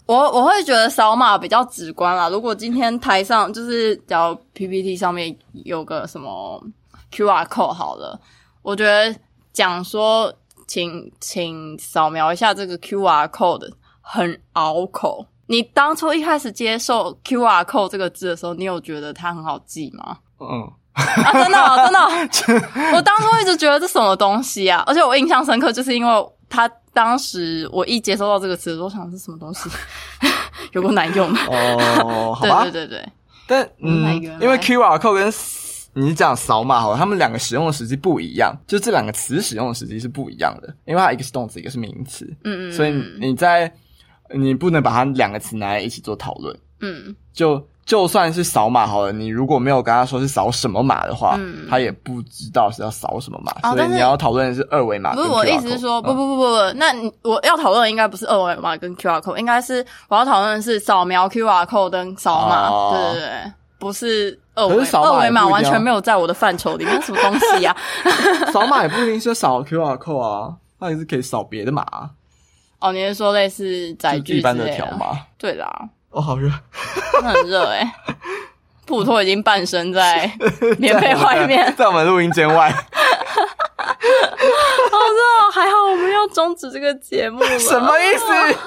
我我会觉得扫码比较直观啦。如果今天台上就是，假如 PPT 上面有个什么 QR code 好了，我觉得讲说，请请扫描一下这个 QR code 很拗口。你当初一开始接受 QR code 这个字的时候，你有觉得它很好记吗？
嗯，
啊，真的、哦，真的哦、
啊
<laughs> 我当初一直觉得这什么东西啊，而且我印象深刻，就是因为他当时我一接收到这个词，我想是什么东西， <laughs> 有够难
<laughs>
用的。
<laughs> 哦，好
对
吧
对，对对，
但
来
嗯
原，来
因为 QR code 跟 s- 你讲扫码好了，他们两个使用的时机不一样，就这两个词使用的时机是不一样的，因为它一个是动词，一个是名词，
嗯嗯，
所以
嗯
你在你不能把它两个词拿来一起做讨论。
嗯
就就算是扫码好了，你如果没有跟他说是扫什么码的话，
嗯
他也不知道是要扫什么码，
哦
所以
但是
你要讨论的是二维码
不
跟 QR code。
是我的意思是说，不
嗯
不不不不，那你我要讨论的应该不是二维码跟 QR code，应该是我要讨论的是扫描 QR code 跟扫码，
哦
对对对，不是二维
可是扫码
二维
也
码
不一
完
定
全
啊
没有在我的范畴里面，什么东西啊呀、
扫码也不一定是扫 QR code 啊，它也是可以扫别的码啊，
<laughs> 哦，你是说类似载
就
具
一般
之
的
类啊
条码。
对啦，
哦，好热。
真的很热哎、普托已经半
<laughs>
身在棉被外面，
在我们录音间
<laughs>
外，
好热、哦，还好我们要终止这个节目了。
什么意思？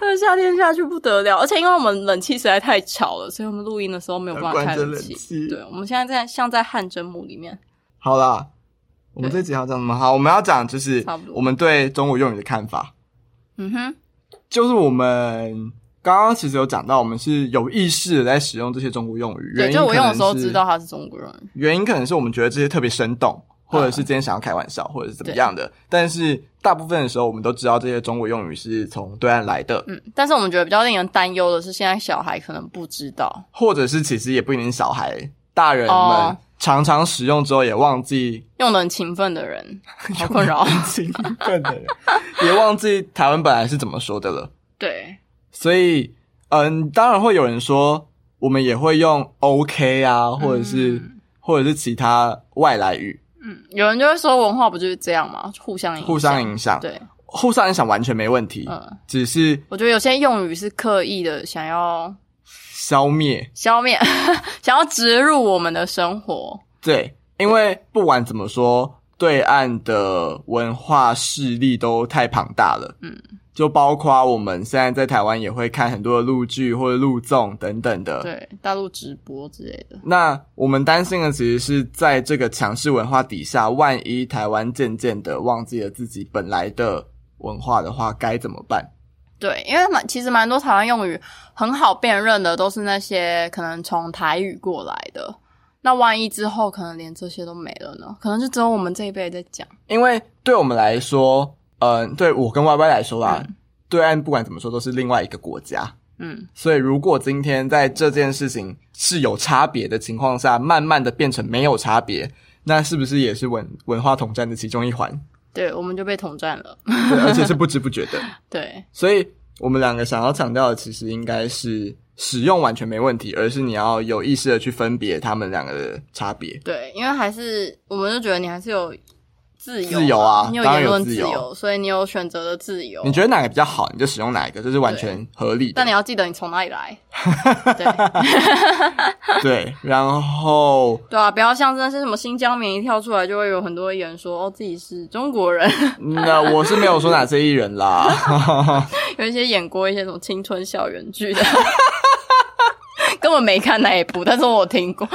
这个夏天下去不得了，而且因为我们冷气实在太吵了，所以我们录音的时候没有办法开
要关着冷气
对，我们现在在像在汗蒸幕里面，
<laughs> 好啦，我们这集要讲什么？好，我们要讲就是
差不多
我们对中国用语的看法，
嗯哼，
就是我们刚刚其实有讲到，我们是有意识的在使用这些中国用语。原
对，
因
就我用的时候
可能是
知道，他是中国人，
原因可能是我们觉得这些特别生动，或者是今天想要开玩笑，或者是怎么样的。但是大部分的时候，我们都知道这些中国用语是从对岸来的，
嗯，但是我们觉得比较令人担忧的是，现在小孩可能不知道，
或者是其实也不一定是小孩，大人
哦
们常常使用之后也忘记
用的很勤奋的
<laughs>
人，好困扰，
勤奋的人，也忘记台湾本来是怎么说的了。
对，
所以，嗯，当然会有人说，我们也会用 OK 啊，或者是、或者是其他外来语，
嗯，有人就会说文化不就是这样吗？互相影响，
互相影响，
对，
互相影响完全没问题，
嗯。
只是
我觉得有些用语是刻意的想要
消灭。
消灭， <laughs> 想要植入我们的生活。
对，因为不管怎么说，对岸的文化势力都太庞大了。
嗯，
就包括我们现在在台湾也会看很多的陆剧或者陆综等等的。。
对，大陆直播之类的。
那我们担心的其实是在这个强势文化底下，万一台湾渐渐的忘记了自己本来的文化的话，该怎么办？
对，因为蛮其实蛮多台湾用语很好辨认的，都是那些可能从台语过来的。那万一之后可能连这些都没了呢？可能就只有我们这一辈在讲。
因为对我们来说，嗯、对我跟 Y Y 来说啦，对岸不管怎么说都是另外一个国家。
嗯，
所以，如果今天在这件事情是有差别的情况下，慢慢的变成没有差别，那是不是也是文文化统战的其中一环？
对，我们就被统战了。 <laughs>
对，而且是不知不觉的。
对，
所以我们两个想要强调的，其实应该是使用完全没问题，而是你要有意识的去分别他们两个的差别。
对，因为还是我们就觉得你还是有自由，
自由啊
你有
当然
言
有
论
自
自
由
所以你有选择的自由
你。觉得哪个比较好，你就使用哪一个，这是完全合理的。
但你要记得你从哪里
<laughs>
来，对
对，然后
对啊，不要像那些什么新疆棉一跳出来，就会有很多人说哦自己是中国人， <laughs>
那我是没有说哪些艺人啦，
有一些演过一些什么青春校园剧的， <laughs> 根本没看那一部，但是我听过，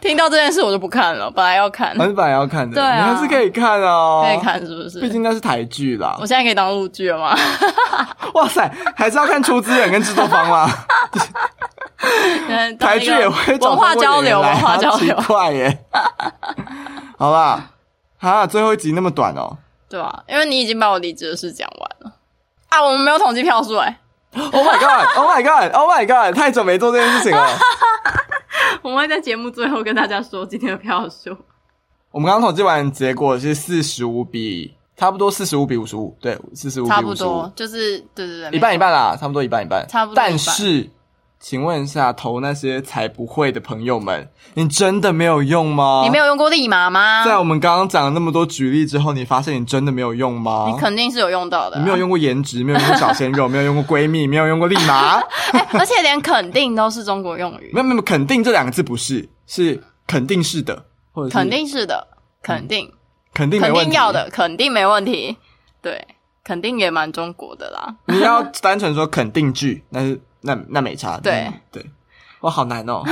听到这件事我就不看了，本来要看，
反正本来要看的，
对啊
你还是可以看哦，
可以，看是不是？
毕竟那是台剧啦
我。现在可以当陆剧了
<laughs>
吗？
哇塞，还是要看出资人跟制作方
<laughs>
啦，
嗯当
台
一
剧
个
也会找
啊文化交
中国演员
流，
来
文化交流
好奇，怪耶。好啦，啊，最后一集那么短哦，
对吧、因为你已经把我离职的事讲完了啊，我们没有统计票数哎、
Oh my god! Oh my god! Oh my god! 太久没做这件事情
<laughs>
了。
我们会在节目最后跟大家说今天的票数。
我们刚刚统计完结果是四十五比，差不多四十五比五十五，对，四十五
差
比
不
五十五
多，，就是对对对，
一半一
没错。
半啦，差不多一半一半。
差不多一半
但是，请问一下，投那些才不会的朋友们，你真的没有用吗？
你没有用啊过立马吗？
在我们刚刚讲了那么多举例之后，你发现你真的没有用吗？
你肯定是有用到的、
你没有。用过颜值，没有用过小鲜肉，没有用过闺蜜，没有用过立
<laughs>
马，
哎， <laughs> 而且连肯定都是中国用语
没，有没有，没有肯定这两个字不是，是肯定是的，或者是嗯
肯定是的，肯定，
肯定没
肯
问
定
题
要的，肯定没问题。对，肯定也蛮中国的啦。
<laughs> 你要单纯说肯定句，那是那那没差。
对
嗯对，哇，好难
<laughs>
哦！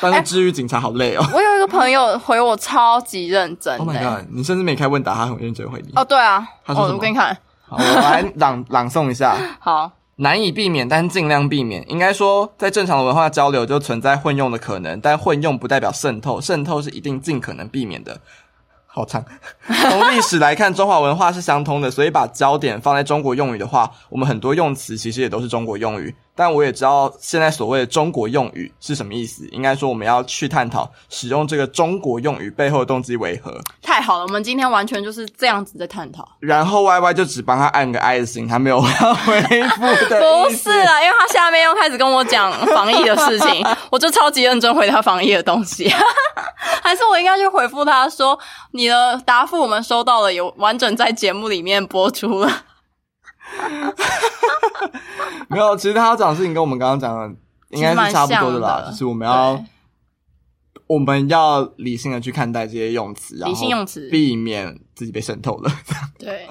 当个治愈警察好累哦。
我有一个朋友回我超级认哎真
Oh
的、
my god！你甚至没开问答，他很认真回你。
哦，对啊，
他说
哦，
什么
我给你看，
好，我来朗朗诵一下，
好，
难以避免，但尽量避免。应该说，在正常的文化交流就存在混用的可能，但混用不代表渗透，渗透是一定尽可能避免的。好长。 <laughs> 从历史来看，中华文化是相通的，所以把焦点放在中国用语的话，我们很多用词其实也都是中国用语。但我也知道现在所谓的中国用语是什么意思，应该说我们要去探讨使用这个中国用语背后的动机为何。
太好了，我们今天完全就是这样子在探讨。
然后 Y Y 就只帮他按个爱心，他没有要回复的
不
意思。
是啦，因为他下面又开始跟我讲防疫的事 <laughs> 情，我就超级认真回答防疫的东西。 <laughs> 还是我应该去回复他说，你的答复我们收到了，有完整在节目里面播出了。
没有，其实他要讲的事情跟我们刚刚讲的应该是差不多的啦，
其实蛮像的
就是我们要
对
我们要理性的去看待这些用词，然后
理性用词
避免自己被渗透了。 <laughs>
对，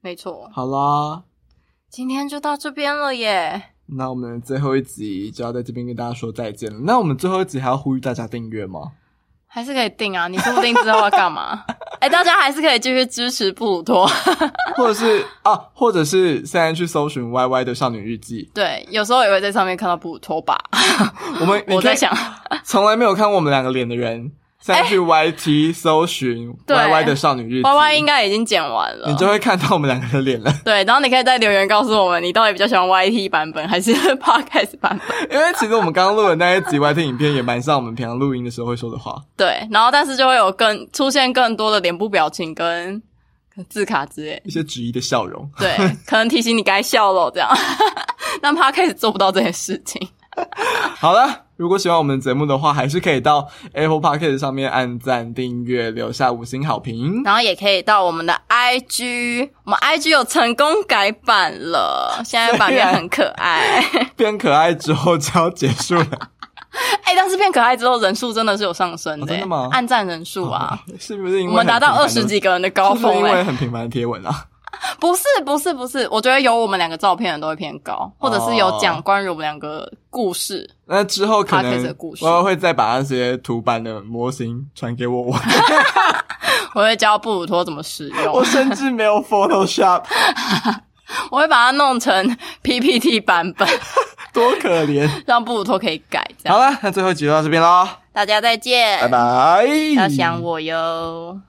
没错，
好啦，
今天就到这边了耶。
那我们最后一集就要在这边跟大家说再见了。那我们最后一集还要呼吁大家订阅吗？ <laughs>
还是可以定啊，你说不定之后要干 <laughs> 嘛？哎、大家还是可以继续支持布鲁托。
或者是啊，或者是现在去搜寻 Y Y 的少女日记，
对，有时候也会在上面看到布鲁托吧。
我们
<laughs> 我在，想，
你看从来没有看过我们两个脸的人，现在去 Y T 搜寻
哎对
Y Y 的少女日记
Y Y 应该已经剪完了，
你就会看到我们两个的脸了。
对，然后你可以在留言告诉我们，你到底比较喜欢 YT 版本还是 <laughs> Podcast 版本？
<laughs> 因为其实我们刚刚录的那一集 YT 影片也蛮像我们平常录音的时候会说的话。
对，然后但是就会有更出现更多的脸部表情跟字卡之类，
一些质疑的笑容。 <laughs>
对，可能提醒你该笑咯，这样。但 Podcast 做不到这件事情，
好了，如果喜欢我们的节目的话，还是可以到 Apple Podcast 上面按赞、订阅、留下五星好
<laughs>
评。
然后也可以到我们的 IG，我们 IG 有成功改版了，现在版面很可爱。
变可爱之后就要结束了，
<laughs> 哎、但是变可爱之后人数真的是有上升的、
哦
欸
真的吗
按赞人数啊，
<laughs> 是不是因为
我们达到
很
二
频繁地
十？几个人的高
是不是
峰
因
哎、
为很频繁的贴文啊？
不是不是不是，我觉得有我们两个照片的都会偏高，或者是有讲关于我们两个故事。
那之后可
Podcast
能
的故事
我会再把那些图版的模型传给我玩， <laughs>
我会教布鲁托怎么使用，
我甚至没有 Photoshop，
我会把它弄成 PPT 版本，
多可
<laughs>
怜！
让布鲁托可以改。这样
好了，那最后一集就到这边喽，
大家再见，
拜，拜！
要想我哟。